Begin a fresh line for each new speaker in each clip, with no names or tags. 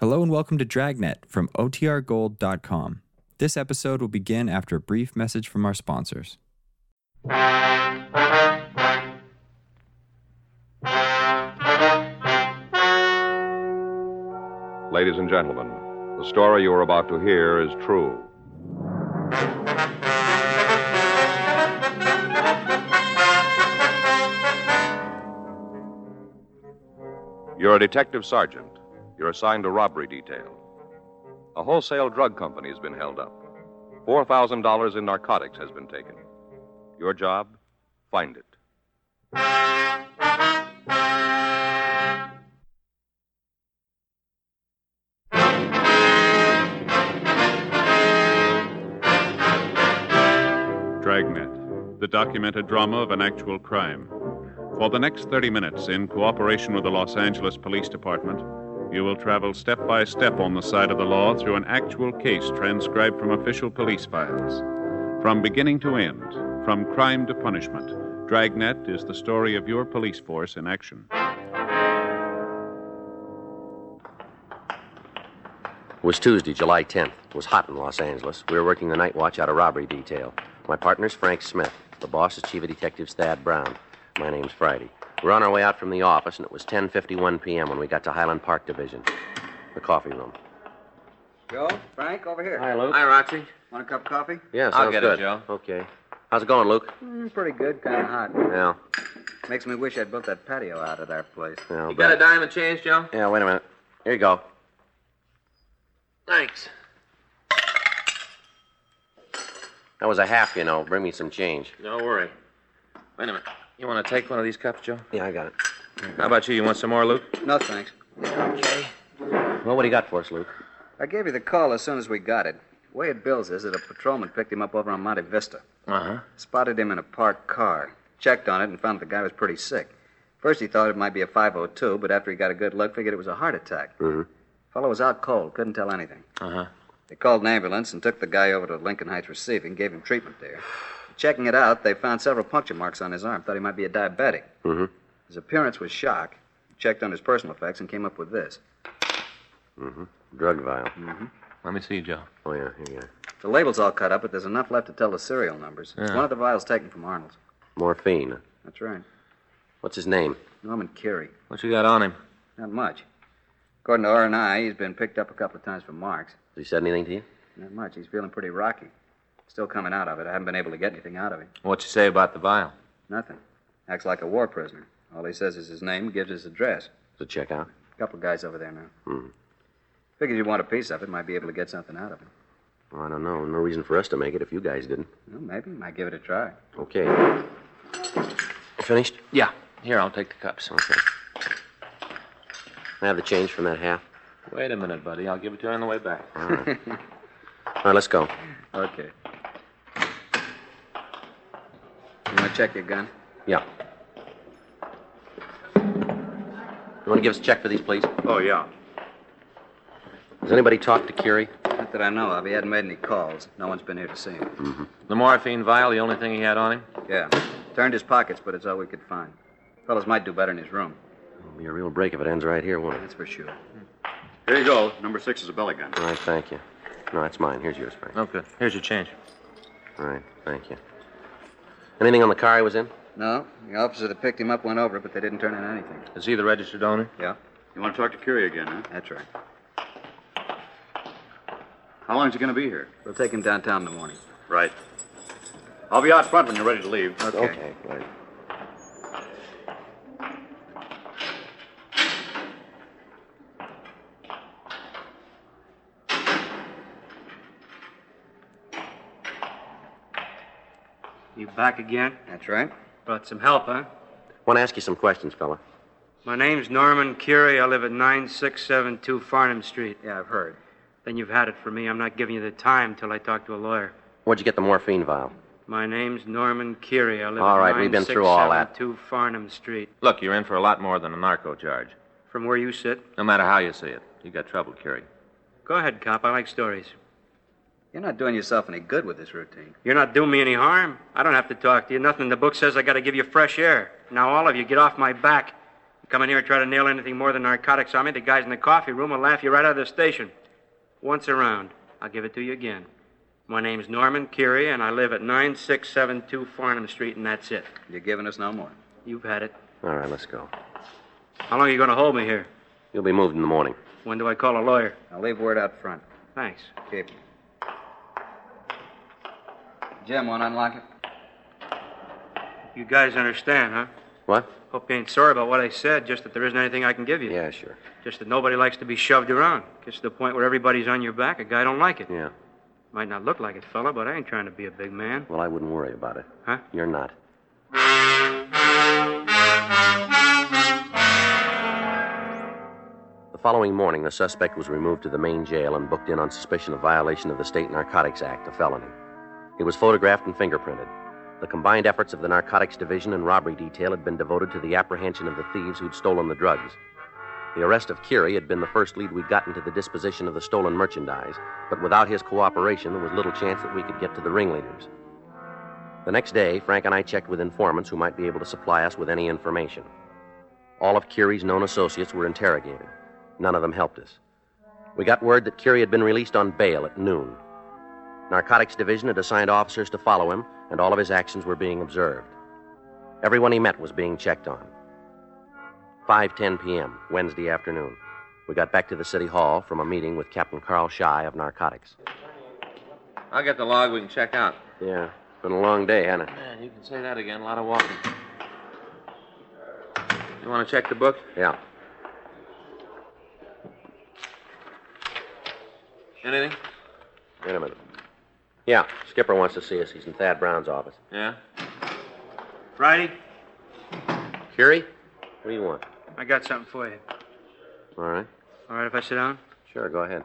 Hello and welcome to Dragnet from OTRGold.com. This episode will begin after a brief message from our sponsors.
Ladies and gentlemen, the story you are about to hear is true. You're a detective sergeant. You're assigned to robbery detail. A wholesale drug company has been held up. $4,000 in narcotics has been taken. Your job? Find it.
Dragnet, the documented drama of an actual crime. For the next 30 minutes, in cooperation with the Los Angeles Police Department, you will travel step by step on the side of the law through an actual case transcribed from official police files. From beginning to end, from crime to punishment, Dragnet is the story of your police force in action.
It was Tuesday, July 10th. It was hot in Los Angeles. We were working the night watch out of robbery detail. My partner's Frank Smith. The boss is Chief of Detectives Thad Brown. My name's Friday. We We're on our way out from the office, and it was 10:51 p.m. when we got to Highland Park Division, the coffee room.
Joe, Frank, over here.
Luke. Hi, Roxy.
Want a cup of coffee?
Yeah, sounds
I'll get it,
good.
Joe.
Okay. How's it going, Luke?
Mm, pretty good, kind of hot.
Yeah.
Makes me wish I'd built that patio out at our place.
yeah
You
but-
got a dime and change, Joe?
Yeah. Wait a minute. Here you go.
Thanks.
That was a half, you know. Bring me some change.
No worry. Wait a minute. You want to take one of these cups, Joe?
Yeah, I got it.
How about you? You want some more, Luke?
No, thanks.
Okay.
Well, what do you got for us, Luke?
I gave you the call as soon as we got it. Way it bills is that a patrolman picked him up over on Monte Vista.
Uh huh.
Spotted him in a parked car. Checked on it and found the guy was pretty sick. First he thought it might be a 502, but after he got a good look, figured it was a heart attack.
Mhm.
Fellow was out cold, couldn't tell anything.
Uh huh.
They called an ambulance and took the guy over to Lincoln Heights Receiving, gave him treatment there. Checking it out, they found several puncture marks on his arm. Thought he might be a diabetic.
Mhm.
His appearance was shock. Checked on his personal effects and came up with this.
Drug vial.
Let me see, Joe.
Oh yeah. Here you go.
The label's all cut up, but there's enough left to tell the serial numbers. It's
Yeah.
one of the vials taken from Arnold's.
Morphine.
That's right.
What's his name?
Norman Carey.
What you got on him?
Not much. According to R&I, he's been picked up a couple of times for marks.
Has he said anything to you?
Not much. He's feeling pretty rocky. Still coming out of it. I haven't been able to get anything out of him.
What you say about the vial?
Nothing. Acts like a war prisoner. All he says is his name, gives his address.
Does it check out?
A couple of guys over there now.
Hmm.
Figures you want a piece of it, might be able to get something out of it.
Well, I don't know. No reason for us to make it if you guys didn't.
Well, maybe. Might give it a try.
Okay. Finished?
Yeah. Here, I'll take the cups.
Okay. I have the change from that half.
Wait a minute, buddy. I'll give it to you on the way back.
All right. All right, let's go.
Okay. You want to check your gun?
Yeah. You want to give us a check for these, please?
Oh, yeah.
Has anybody talked to Curie?
Not that I know of. He hadn't made any calls. No one's been here to see him.
The morphine vial, the only thing he had on him?
Yeah. Turned his pockets, but it's all we could find. Fellows might do better in his room.
It'll be a real break if it ends right here, won't it?
That's for sure.
Here you go. Number six is a belly gun.
All right, thank you. No, that's mine. Here's yours, Frank.
No good. Here's your change.
All right, thank you. Anything on the car he was in?
No, the officer that picked him up went over it, but they didn't turn in anything.
Is he the registered owner?
Yeah,
You want to talk to Curie again, huh?
that's right.
How long's he going to be here?
We'll take him downtown in the morning.
Right. I'll be out front when you're ready to leave.
Okay.
right.
You back again?
That's right.
Brought some help, huh?
Want to ask you some questions, fella.
My name's Norman Curie. I live at 9672 Farnham Street.
Yeah, I've heard.
Then you've had it for me. I'm not giving you the time till I talk to a lawyer.
Where'd you get the morphine vial?
My name's Norman Curie. I live
All
at
right, we've been through all that.
9672 Farnham Street.
Look, you're in for a lot more than a narco charge.
From where you sit?
No matter how you see it, you got trouble, Curie.
Go ahead, cop. I like stories.
You're not doing yourself any good with this routine.
You're not doing me any harm. I don't have to talk to you. Nothing in the book says I got to give you fresh air. Now, all of you, get off my back. You Come in here and try to nail anything more than narcotics on me. The guys in the coffee room will laugh you right out of the station. Once around, I'll give it to you again. My name's Norman Curie, and I live at 9672 Farnham Street, and that's it.
You're giving us no more.
You've had it.
All right, let's go.
How long are you going to hold me here?
You'll be moved in the morning.
When do I call a lawyer?
I'll leave word out front.
Thanks.
Keep it. Jim, want to unlock it?
You guys understand, huh?
What?
Hope you ain't sorry about what I said, just that there isn't anything I can give you.
Yeah, sure.
Just that nobody likes to be shoved around. Gets to the point where everybody's on your back. A guy don't like it.
Yeah.
Might not look like it, fella, but I ain't trying to be a big man.
Well, I wouldn't worry about it.
Huh?
You're not. The following morning, the suspect was removed to the main jail and booked in on suspicion of violation of the State Narcotics Act, a felony. He was photographed and fingerprinted. The combined efforts of the Narcotics Division and robbery detail had been devoted to the apprehension of the thieves who'd stolen the drugs. The arrest of Curie had been the first lead we'd gotten to the disposition of the stolen merchandise, but without his cooperation, there was little chance that we could get to the ringleaders. The next day, Frank and I checked with informants who might be able to supply us with any information. All of Curie's known associates were interrogated. None of them helped us. We got word that Curie had been released on bail at noon. Narcotics Division had assigned officers to follow him, and all of his actions were being observed. Everyone he met was being checked on. 5:10 p.m. Wednesday afternoon. We got back to the city hall from a meeting with Captain Carl Shy of narcotics.
I'll get the log. We can check out.
Yeah, been a long day, hasn't it?
Man, you can say that again. A lot of walking. You want to check the book?
Yeah.
Anything?
Wait a minute. Yeah, Skipper wants to see us. He's in Thad Brown's office.
Yeah.
Friday,
Curie, what do you want?
I got something for you.
All right.
All right, if I sit down?
Sure, go ahead.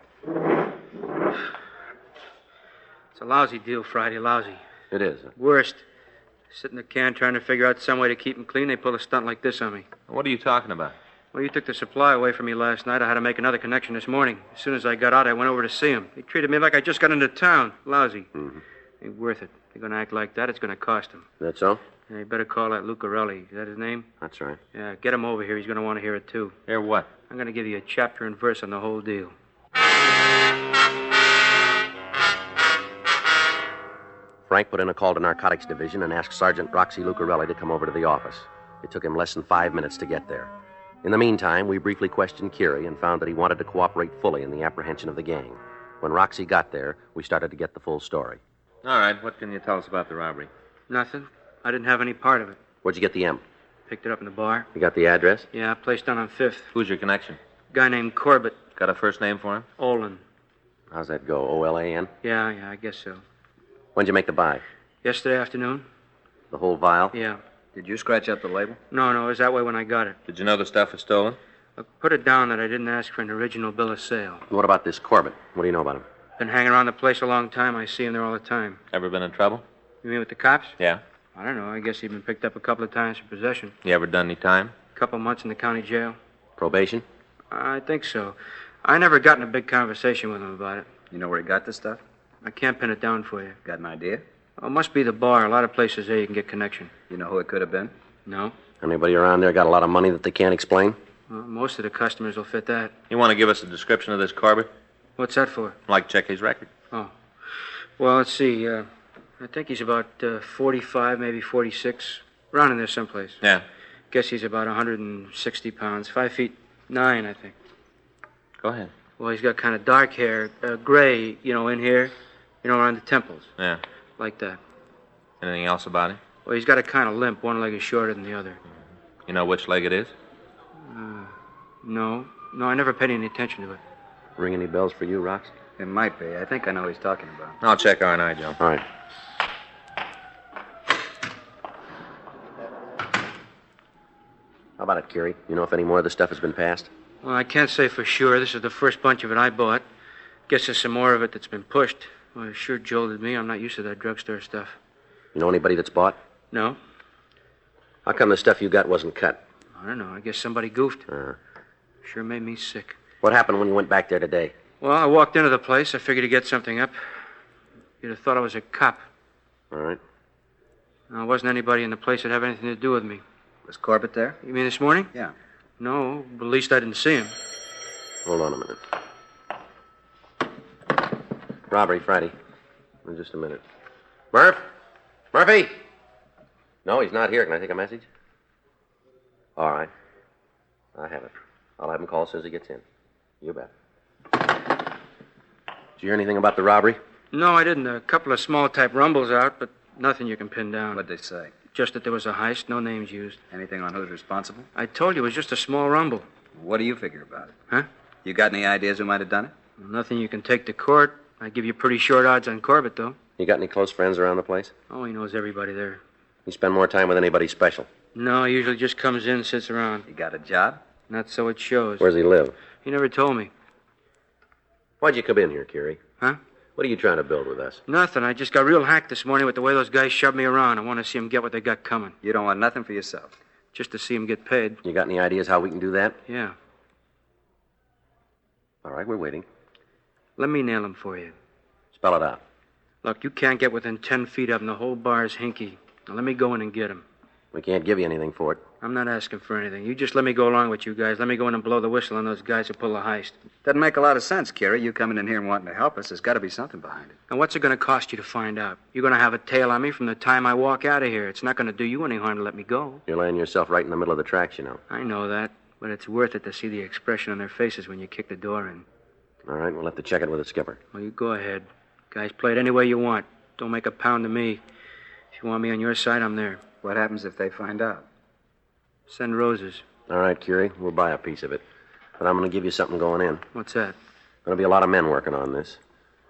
It's a lousy deal, Friday. Lousy.
It is.
Worst. Sit in the can trying to figure out some way to keep 'em clean. They pull a stunt like this on me.
What are you talking about?
Well, you took the supply away from me last night. I had to make another connection this morning. As soon as I got out, I went over to see 'em. They treated me like I just got into town. Lousy.
Mm-hmm.
Ain't worth it. They're going to act like that. It's going to cost 'em.
That so?
They better call that Lucarelli. Is that his name?
That's right.
Yeah, get him over here. He's going to want to hear it, too.
Here what?
I'm going to give you a chapter and verse on the whole deal.
Frank put in a call to Narcotics Division and asked Sergeant Roxy Lucarelli to come over to the office. It took him less than five minutes to get there. In the meantime, we briefly questioned Curie and found that he wanted to cooperate fully in the apprehension of the gang. When Roxy got there, we started to get the full story.
All right. What can you tell us about the robbery?
Nothing. I didn't have any part of it.
Where'd you get the M?
Picked it up in the bar.
You got the address?
Yeah, place down on Fifth.
Who's your connection?
Guy named Corbett
Got a first name for him?
Olin.
How's that go? O L A N?
Yeah, yeah, I guess so.
When'd you make the buy?
Yesterday afternoon?
The whole vial?
Yeah.
Did you scratch up the label?
No, no, it was that way when I got it.
Did you know the stuff was stolen?
I put it down that I didn't ask for an original bill of sale.
What about this Corbett? What do you know about him?
Been hanging around the place a long time. I see him there all the time.
Ever been in trouble?
You mean with the cops?
Yeah.
I don't know. I guess he'd been picked up a couple of times for possession.
You ever done any time?
A couple months in the county jail.
Probation?
I think so. I never got in a big conversation with him about it.
You know where he got this stuff?
I can't pin it down for you.
Got an idea?
Oh, it must be the bar. A lot of places there you can get connection.
You know who it could have been?
No?
Anybody around there got a lot of money that they can't explain?
Well, most of the customers will fit that.
You want to give us a description of this Corbett?
What's that for?
Like check his record.
Oh. Well, let's see. Uh, I think he's about uh, 45, maybe 46. Around in there someplace.
Yeah.
Guess he's about 160 pounds. Five feet nine, I think.
Go ahead.
Well, he's got kind of dark hair, uh, gray, you know, in here, you know, around the temples,
Yeah.
like that.
Anything else about him?
Well, he's got a kind of limp. One leg is shorter than the other.
You know which leg it is?
No, no, I never paid any attention to it.
Ring any bells for you, Rox?
It might be. I think I know who he's talking about.
I'll check R and I, Joe.
All right. How about it, Curie? You know if any more of the stuff has been passed?
Well, I can't say for sure. This is the first bunch of it I bought. Guess there's some more of it that's been pushed. Well, it sure jolted me. I'm not used to that drugstore stuff.
You know anybody that's bought?
No?
How come the stuff you got wasn't cut?
I don't know. I guess somebody goofed.
Uh,
Sure made me sick.
what happened when you went back there today?
Well, I walked into the place. I figured to get something up. You'd have thought I was a cop.
All right.
There wasn't anybody in the place that had anything to do with me.
Was Corbett there?
You mean this morning?
Yeah. No, but at least I didn't see him.
Hold on a minute. Robbery, Friday. In just a minute. Murph? Murphy? No, he's not here. Can I take a message? All right. I have it. I'll have him call as soon as he gets in. You bet. Did you hear anything about the robbery?
No, I didn't. A couple of small type rumbles out, but nothing you can pin down.
What'd they say?
Just that there was a heist, no names used.
Anything on who's responsible?
I told you it was just a small rumble.
What do you figure about it?
Huh?
You got any ideas who might have done it?
Nothing you can take to court. I give you pretty short odds on Corbett, though.
You got any close friends around the place?
Oh, he knows everybody there.
You spend more time with anybody special.
No, he usually just comes in, sits around.
You got a job?
Not so it shows.
Where does he live?
He never told me.
Why'd you come in here, Curie?
Huh?
What are you trying to build with us?
Nothing. I just got real hacked this morning with the way those guys shoved me around. I want to see them get what they got coming,
You don't want nothing for yourself.
just to see them get paid.
You got any ideas how we can do that?
Yeah.
All right, we're waiting.
Let me nail them for you.
Spell it out.
Look, you can't get within 10 feet of them. The whole bar's hinky. Now let me go in and get them.
We can't give you anything for it.
I'm not asking for anything. You just let me go along with you guys. Let me go in and blow the whistle on those guys who pull the heist.
Doesn't make a lot of sense, Kerry. You coming in here and wanting to help us, there's got to be something behind it.
Now, what's it going to cost you to find out? You're going to have a tail on me from the time I walk out of here. It's not going to do you any harm to let me go.
You're laying yourself right in the middle of the tracks, you know.
I know that, but it's worth it to see the expression on their faces when you kick the door in.
All right, we'll have to check it with the skipper.
Well, you go ahead. Guys, play it any way you want. Don't make a pound of me. If you want me on your side, I'm there.
What happens if they find out?
Send roses.
All right, Curie, we'll buy a piece of it. But I'm going to give you something going in.
What's that?
Going to be a lot of men working on this.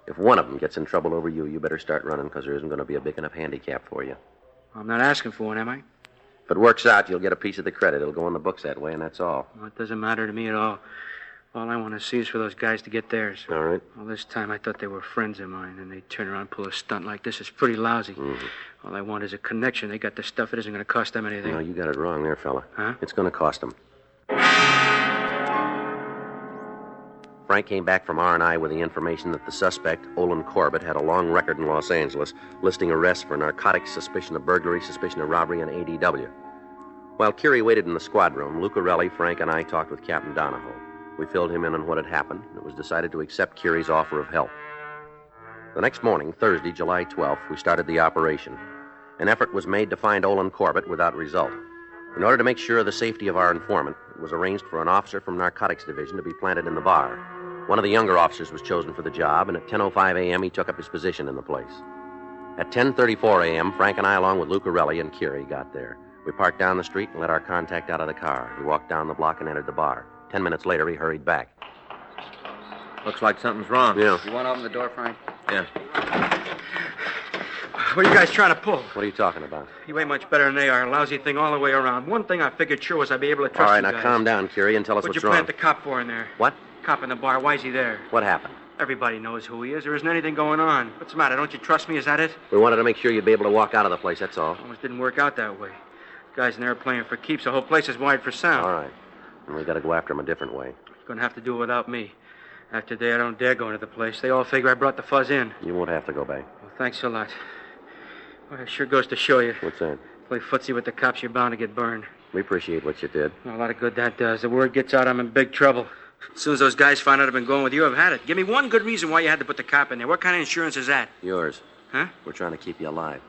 If one of them gets in trouble over you, you better start running because there isn't going to be a big enough handicap for you.
I'm not asking for one, am I?
If it works out, you'll get a piece of the credit. It'll go in the books that way, and that's all.
Well, it doesn't matter to me at all. All I want to see is for those guys to get theirs.
All right?
Well, this time I thought they were friends of mine, and they turn around and pull a stunt like this. It's pretty lousy.
Mm-hmm.
All I want is a connection. They got the stuff. It isn't going to cost them anything.
No, you got it wrong there, fella.
Huh?
It's going to cost them. Frank came back from R&I with the information that the suspect, Olin Corbett, had a long record in Los Angeles, listing arrests for narcotics, suspicion of burglary, suspicion of robbery, and ADW. While Curie waited in the squad room, Lucarelli, Frank, and I talked with Captain Donahoe. We filled him in on what had happened, and it was decided to accept Curie's offer of help. The next morning, Thursday, July 12th, we started the operation. An effort was made to find Olin Corbett without result. In order to make sure of the safety of our informant, it was arranged for an officer from Narcotics Division to be planted in the bar. One of the younger officers was chosen for the job, and at 10:05 a.m. he took up his position in the place. At 10:34 a.m., Frank and I, along with Lucarelli and Curie, got there. We parked down the street and let our contact out of the car. He walked down the block and entered the bar. Ten minutes later, he hurried back.
Looks like something's wrong.
Yeah.
You want to open the door, Frank?
Yeah.
What are you guys trying to pull?
What are you talking about?
You ain't much better than they are. Lousy thing all the way around. One thing I figured sure was I'd be able to trust
All right,
you
now
guys.
calm down, Curie, and tell us
What'd you
what's
plant
wrong.
the cop for in there?
What?
Cop in the bar. Why's he there?
What happened?
Everybody knows who he is. There isn't anything going on. What's the matter? Don't you trust me? Is that it?
We wanted to make sure you'd be able to walk out of the place, that's all.
Almost didn't work out that way. Guys in there playing for keeps. The whole place is wide for sound.
All right. And we got to go after him a different way.
Gonna have to do it without me. After today, I don't dare go into the place. They all figure I brought the fuzz in.
You won't have to go back.
Well, thanks a lot. Well, it sure goes to show you.
What's that?
Play footsie with the cops, you're bound to get burned.
We appreciate what you did.
A lot of good that does. The word gets out, I'm in big trouble. As soon as those guys find out I've been going with you, I've had it. Give me one good reason why you had to put the cop in there. What kind of insurance is that?
Yours.
Huh?
We're trying to keep you alive.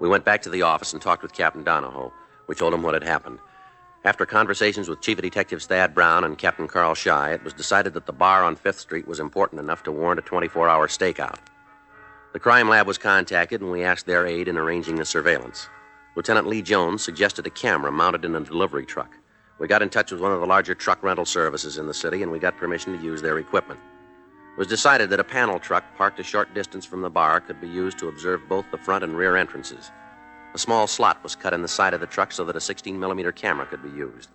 We went back to the office and talked with Captain Donahoe. We told him what had happened. After conversations with Chief of Detectives Thad Brown and Captain Carl Shy, it was decided that the bar on Fifth Street was important enough to warrant a 24 hour stakeout. The crime lab was contacted, and we asked their aid in arranging the surveillance. Lieutenant Lee Jones suggested a camera mounted in a delivery truck. We got in touch with one of the larger truck rental services in the city, and we got permission to use their equipment. It was decided that a panel truck parked a short distance from the bar could be used to observe both the front and rear entrances. A small slot was cut in the side of the truck so that a 16 millimeter camera could be used.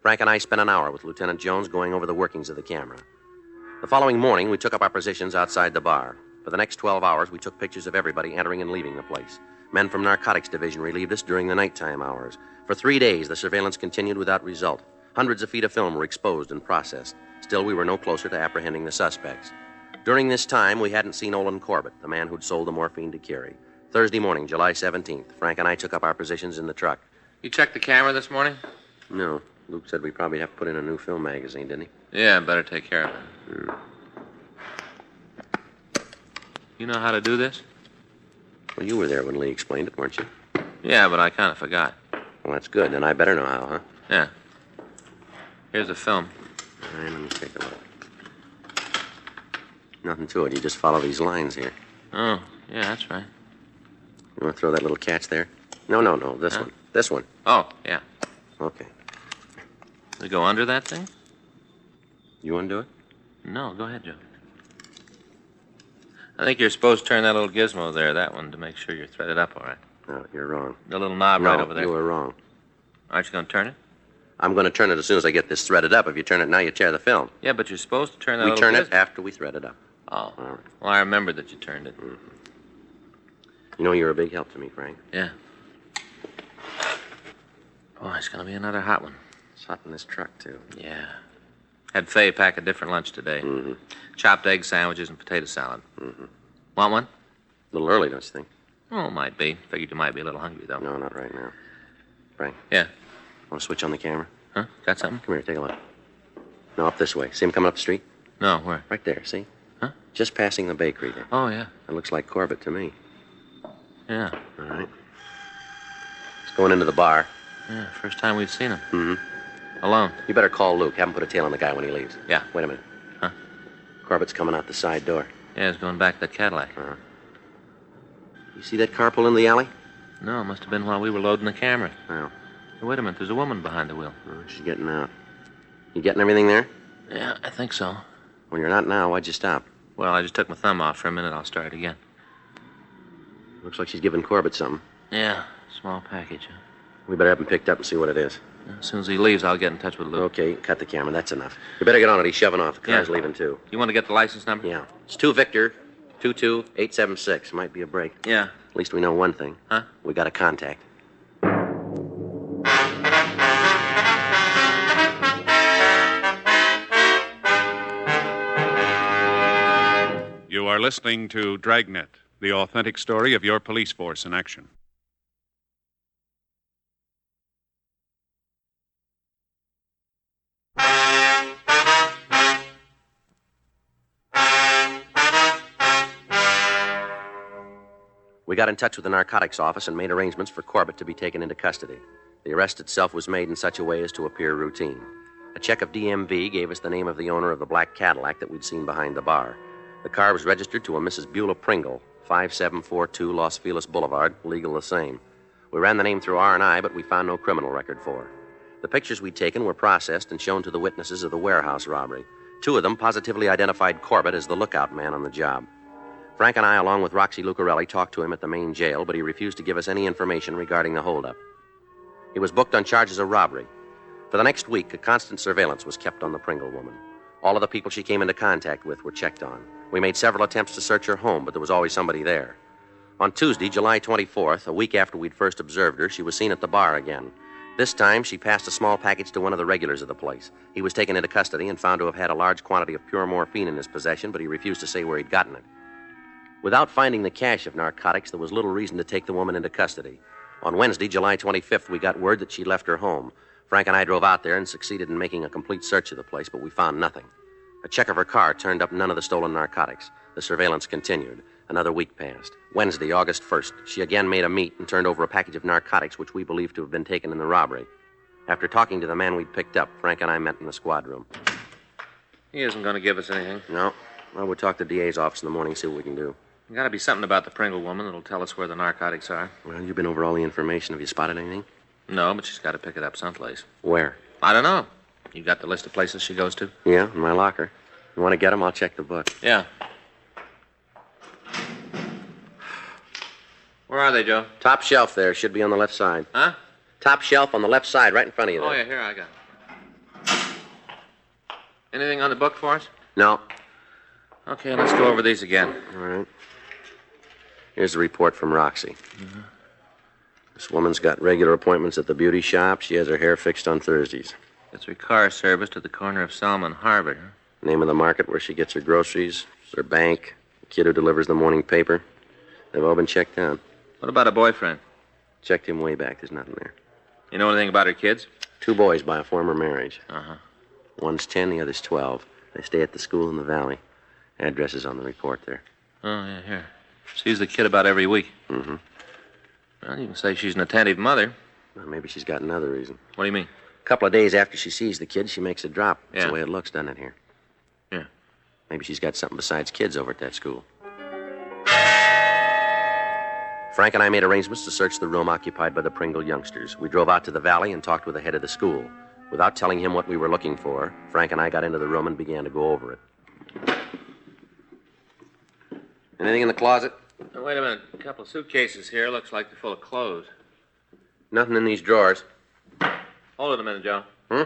Frank and I spent an hour with Lieutenant Jones going over the workings of the camera. The following morning, we took up our positions outside the bar. For the next 12 hours, we took pictures of everybody entering and leaving the place. Men from Narcotics Division relieved us during the nighttime hours. For three days, the surveillance continued without result. Hundreds of feet of film were exposed and processed. Still, we were no closer to apprehending the suspects. During this time, we hadn't seen Olin Corbett, the man who'd sold the morphine to Carey. Thursday morning, July 17th. Frank and I took up our positions in the truck.
You checked the camera this morning?
No, Luke said we probably have to put in a new film magazine, didn't he?
Yeah, better take care of it. You know how to do this?
Well, you were there when Lee explained it, weren't you?
Yeah, but I kind of forgot.
Well, that's good. Then I better know how, huh?
Yeah. Here's the film.
All right, let me take a look. Nothing to it. You just follow these lines here.
Oh, yeah, that's right.
You want to throw that little catch there? No, no, no. This
Huh?
one. This one.
Oh, yeah.
Okay.
We go under that thing?
You want to do it?
No, go ahead, Joe. I think you're supposed to turn that little gizmo there, that one, to make sure you're threaded up all right.
No, you're wrong.
The little knob right
No,
over there.
You were wrong.
Aren't you going to turn it?
I'm going to turn it as soon as I get this threaded up. If you turn it now, you tear the film.
Yeah, but you're supposed to turn that
we
little
turn
gizmo.
it after we thread it up.
Oh.
All right.
Well, I remember that you turned it.
You know, you're a big help to me, Frank.
Yeah. Boy, it's going to be another hot one.
It's hot in this truck, too.
Yeah. Had Faye pack a different lunch today. Mm-hmm. Chopped egg sandwiches and potato salad. Mm-hmm. Want one?
A little early, don't you think?
Oh, might be. Figured you might be a little hungry, though.
No, not right now. Frank,
Yeah.
want to switch on the camera?
Huh? Got something?
Come here, take a look. No, up this way. See him coming up the street?
No, where?
Right there, see?
Huh?
Just passing the bakery there.
Oh, yeah.
That looks like Corbett to me.
Yeah.
All right. He's going into the bar.
Yeah. First time we'd seen him. Mm-hmm. Alone.
You better call Luke. Have him put a tail on the guy when he leaves.
Yeah.
Wait a minute.
Huh?
Corbett's coming out the side door.
Yeah, he's going back to that Cadillac.
Uh-huh. You see that carpool in the alley?
No, it must have been while we were loading the camera.
No.
Hey, wait a minute. There's a woman behind the wheel.
Oh, she's getting out. You getting everything there?
Yeah, I think so.
Well, you're not now. Why'd you stop?
Well, I just took my thumb off for a minute. I'll start it again.
Looks like she's giving Corbett something.
Yeah. Small package. Huh?
We better have him picked up and see what it is.
As soon as he leaves, I'll get in touch with Luke.
Okay, cut the camera. That's enough. You better get on it. He's shoving off. The car's
Yeah.
leaving, too.
You want to get the license number?
Yeah. It's 2 Victor, 22876. Might be a break.
Yeah.
At least we know one thing.
Huh?
We got a contact.
You are listening to Dragnet, the authentic story of your police force in action.
We got in touch with the narcotics office and made arrangements for Corbett to be taken into custody. The arrest itself was made in such a way as to appear routine. A check of DMV gave us the name of the owner of the black Cadillac that we'd seen behind the bar. The car was registered to a Mrs. Beulah Pringle, 5742 Los Feliz Boulevard, legal the same. We ran the name through R&I, but we found no criminal record for her. The pictures we'd taken were processed and shown to the witnesses of the warehouse robbery. Two of them positively identified Corbett as the lookout man on the job. Frank and I, along with Roxy Lucarelli, talked to him at the main jail, but he refused to give us any information regarding the holdup. He was booked on charges of robbery. For the next week, a constant surveillance was kept on the Pringle woman. All of the people she came into contact with were checked on. We made several attempts to search her home, but there was always somebody there. On Tuesday, July 24th, a week after we'd first observed her, she was seen at the bar again. This time, she passed a small package to one of the regulars of the place. He was taken into custody and found to have had a large quantity of pure morphine in his possession, but he refused to say where he'd gotten it. Without finding the cache of narcotics, there was little reason to take the woman into custody. On Wednesday, July 25th, we got word that she left her home. Frank and I drove out there and succeeded in making a complete search of the place, but we found nothing. A check of her car turned up none of the stolen narcotics. The surveillance continued. Another week passed. Wednesday, August 1st, she again made a meet and turned over a package of narcotics which we believed to have been taken in the robbery. After talking to the man we'd picked up, Frank and I met in the squad room.
He isn't going to give us anything.
No, well, we'll talk to DA's office in the morning, see what we can do.
There's got to be something about the Pringle woman that'll tell us where the narcotics are.
Well, you've been over all the information. Have you spotted anything?
No, but she's got to pick it up someplace.
Where?
I don't know. You got the list of places she goes to?
Yeah, in my locker. You want to get them? I'll check the book.
Yeah. Where are they, Joe?
Top shelf there. Should be on the left side.
Huh?
Top shelf on the left side, right in front of you there.
Oh, yeah, here I got it. Anything on the book for us?
No.
Okay, let's go over these again.
All right. Here's the report from Roxy.
Mm-hmm.
This woman's got regular appointments at the beauty shop. She has her hair fixed on Thursdays.
Gets her car serviced at the corner of Salmon Harbor.
Name of the market where she gets her groceries, her bank, the kid who delivers the morning paper. They've all been checked out.
What about a boyfriend?
Checked him way back. There's nothing there.
You know anything about her kids?
Two boys by a former marriage.
Uh huh.
One's 10, the other's 12. They stay at the school in the valley. Address is on the report there.
Oh, yeah, here. Sees the kid about every week.
Mm-hmm.
Well, you can say she's an attentive mother.
Well, maybe she's got another reason.
What do you mean?
A couple of days after she sees the kid, she makes a drop. That's
Yeah.
the way it looks, doesn't it, here?
Yeah.
Maybe she's got something besides kids over at that school. Frank and I made arrangements to search the room occupied by the Pringle youngsters. We drove out to the valley and talked with the head of the school. Without telling him what we were looking for, Frank and I got into the room and began to go over it. Anything in the closet?
Now, wait a minute. A couple of suitcases here. Looks like they're full of clothes.
Nothing in these drawers.
Hold it a minute, Joe.
Hmm?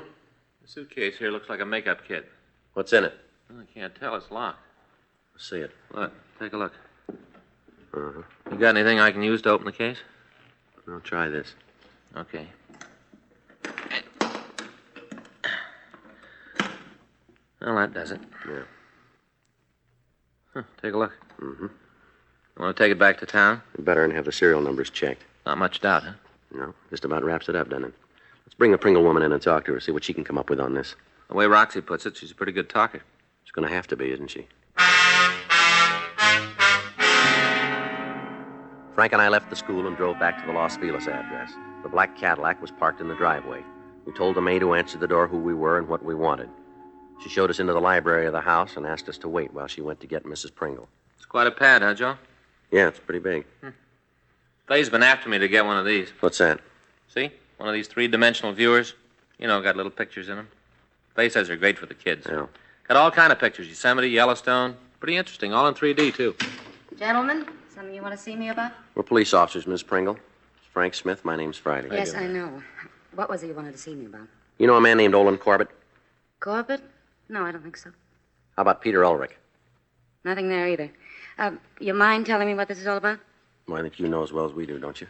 The suitcase here looks like a makeup kit.
What's in it?
Well, I can't tell. It's locked.
Let's see it.
Look, take a look.
Uh-huh.
You got anything I can use to open the case?
I'll try this.
Okay. Well, that does it.
Yeah.
Huh, take a look.
Mm-hmm.
You want to take it back to town?
Better and have the serial numbers checked.
Not much doubt, huh?
No, just about wraps it up, doesn't it? Let's bring the Pringle woman in and talk to her, see what she can come up with on this.
The way Roxy puts it, she's a pretty good talker.
She's going to have to be, isn't she? Frank and I left the school and drove back to the Los Feliz address. The black Cadillac was parked in the driveway. We told the maid who answered the door who we were and what we wanted. She showed us into the library of the house and asked us to wait while she went to get Mrs. Pringle.
It's quite a pad, huh, Joe?
Yeah, it's pretty big.
Faye's been after me to get one of these.
What's that?
See? One of these three dimensional viewers. You know, got little pictures in them. Faye says they're great for the kids.
Yeah.
Got all kind of pictures Yosemite, Yellowstone. Pretty interesting, all in 3D, too.
Gentlemen, something you want to see me about?
We're police officers, Miss Pringle. Frank Smith, my name's Friday.
yes, I know. What was it you wanted to see me about?
You know a man named Olin Corbett?
Corbett? No, I don't think so.
How about Peter Ulrich?
Nothing there either. Uh, you mind telling me what this is all about?
Well, I think you know as well as we do, don't you?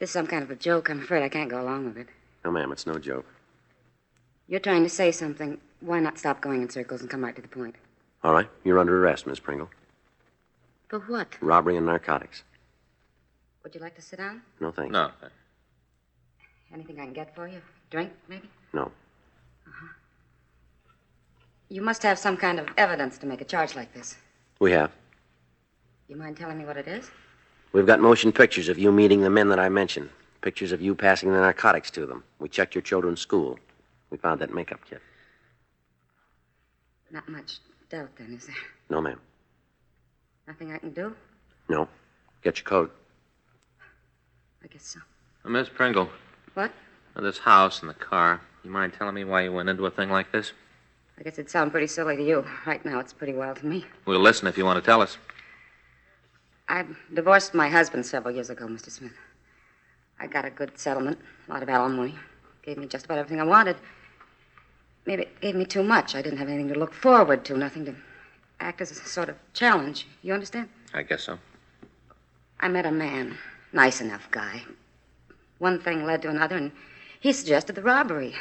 This is some kind of a joke. I'm afraid I can't go along with it.
No, ma'am, it's no joke.
You're trying to say something. Why not stop going in circles and come right to the point?
All right, you're under arrest, Miss Pringle.
For what?
Robbery and narcotics.
Would you like to sit down?
No thanks.
No. Uh,
Anything I can get for you? Drink, maybe?
No.
You must have some kind of evidence to make a charge like this.
We have.
You mind telling me what it is?
We've got motion pictures of you meeting the men that I mentioned. Pictures of you passing the narcotics to them. We checked your children's school. We found that makeup kit.
Not much doubt, then, is there?
No, ma'am.
Nothing I can do?
No. Get your coat.
I guess so.
Miss Pringle,
What?
now this house and the car, you mind telling me why you went into a thing like this?
I guess it sounds pretty silly to you. Right now, it's pretty wild to me.
We'll listen if you want to tell us.
I divorced my husband several years ago, Mr. Smith. I got a good settlement, a lot of alimony. Gave me just about everything I wanted. Maybe it gave me too much. I didn't have anything to look forward to, nothing to act as a sort of challenge. You understand?
I guess so.
I met a man, nice enough guy. One thing led to another, and he suggested the robbery.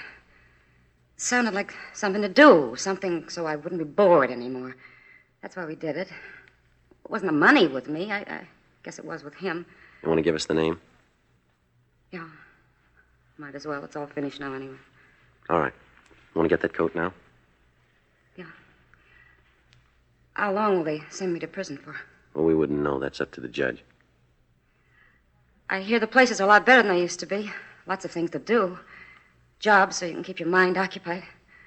Sounded like something to do, something so I wouldn't be bored anymore. That's why we did it. It wasn't the money with me. I, I guess it was with him.
You want to give us the name?
Yeah. Might as well. It's all finished now, anyway.
All right. Want to get that coat now?
Yeah. How long will they send me to prison for?
Well, we wouldn't know. That's up to the judge.
I hear the place is a lot better than they used to be. Lots of things to do. Jobs so you can keep your mind occupied.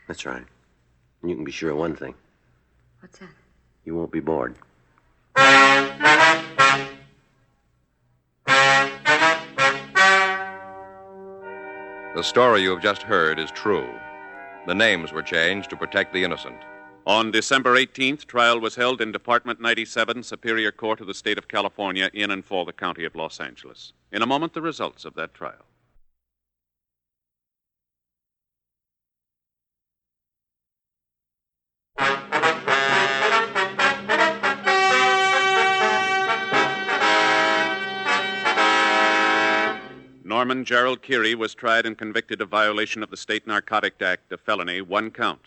That's right. And you can be sure of one thing.
What's that?
You won't be bored.
The story you have just heard is true. The names were changed to protect the innocent.
On December 18th, trial was held in Department 97, Superior Court of the State of California, in and for the County of Los Angeles. In a moment, the results of that trial. Norman Gerald Keary was tried and convicted of violation of the State Narcotic Act, a felony, one count.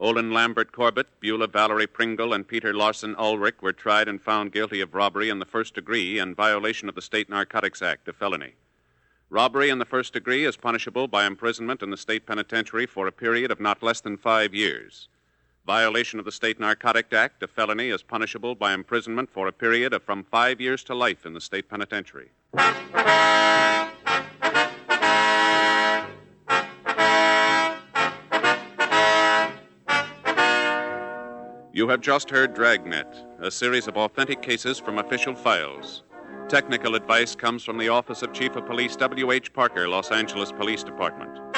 Olin Lambert Corbett, Beulah Valerie Pringle, and Peter Larson Ulrich were tried and found guilty of robbery in the first degree and violation of the State Narcotics Act, a felony. Robbery in the first degree is punishable by imprisonment in the state penitentiary for a period of not less than five years. Violation of the State Narcotic Act, a felony, is punishable by imprisonment for a period of from five years to life in the state penitentiary. You have just heard Dragnet, a series of authentic cases from official files. Technical advice comes from the Office of Chief of Police W.H. Parker, Los Angeles Police Department.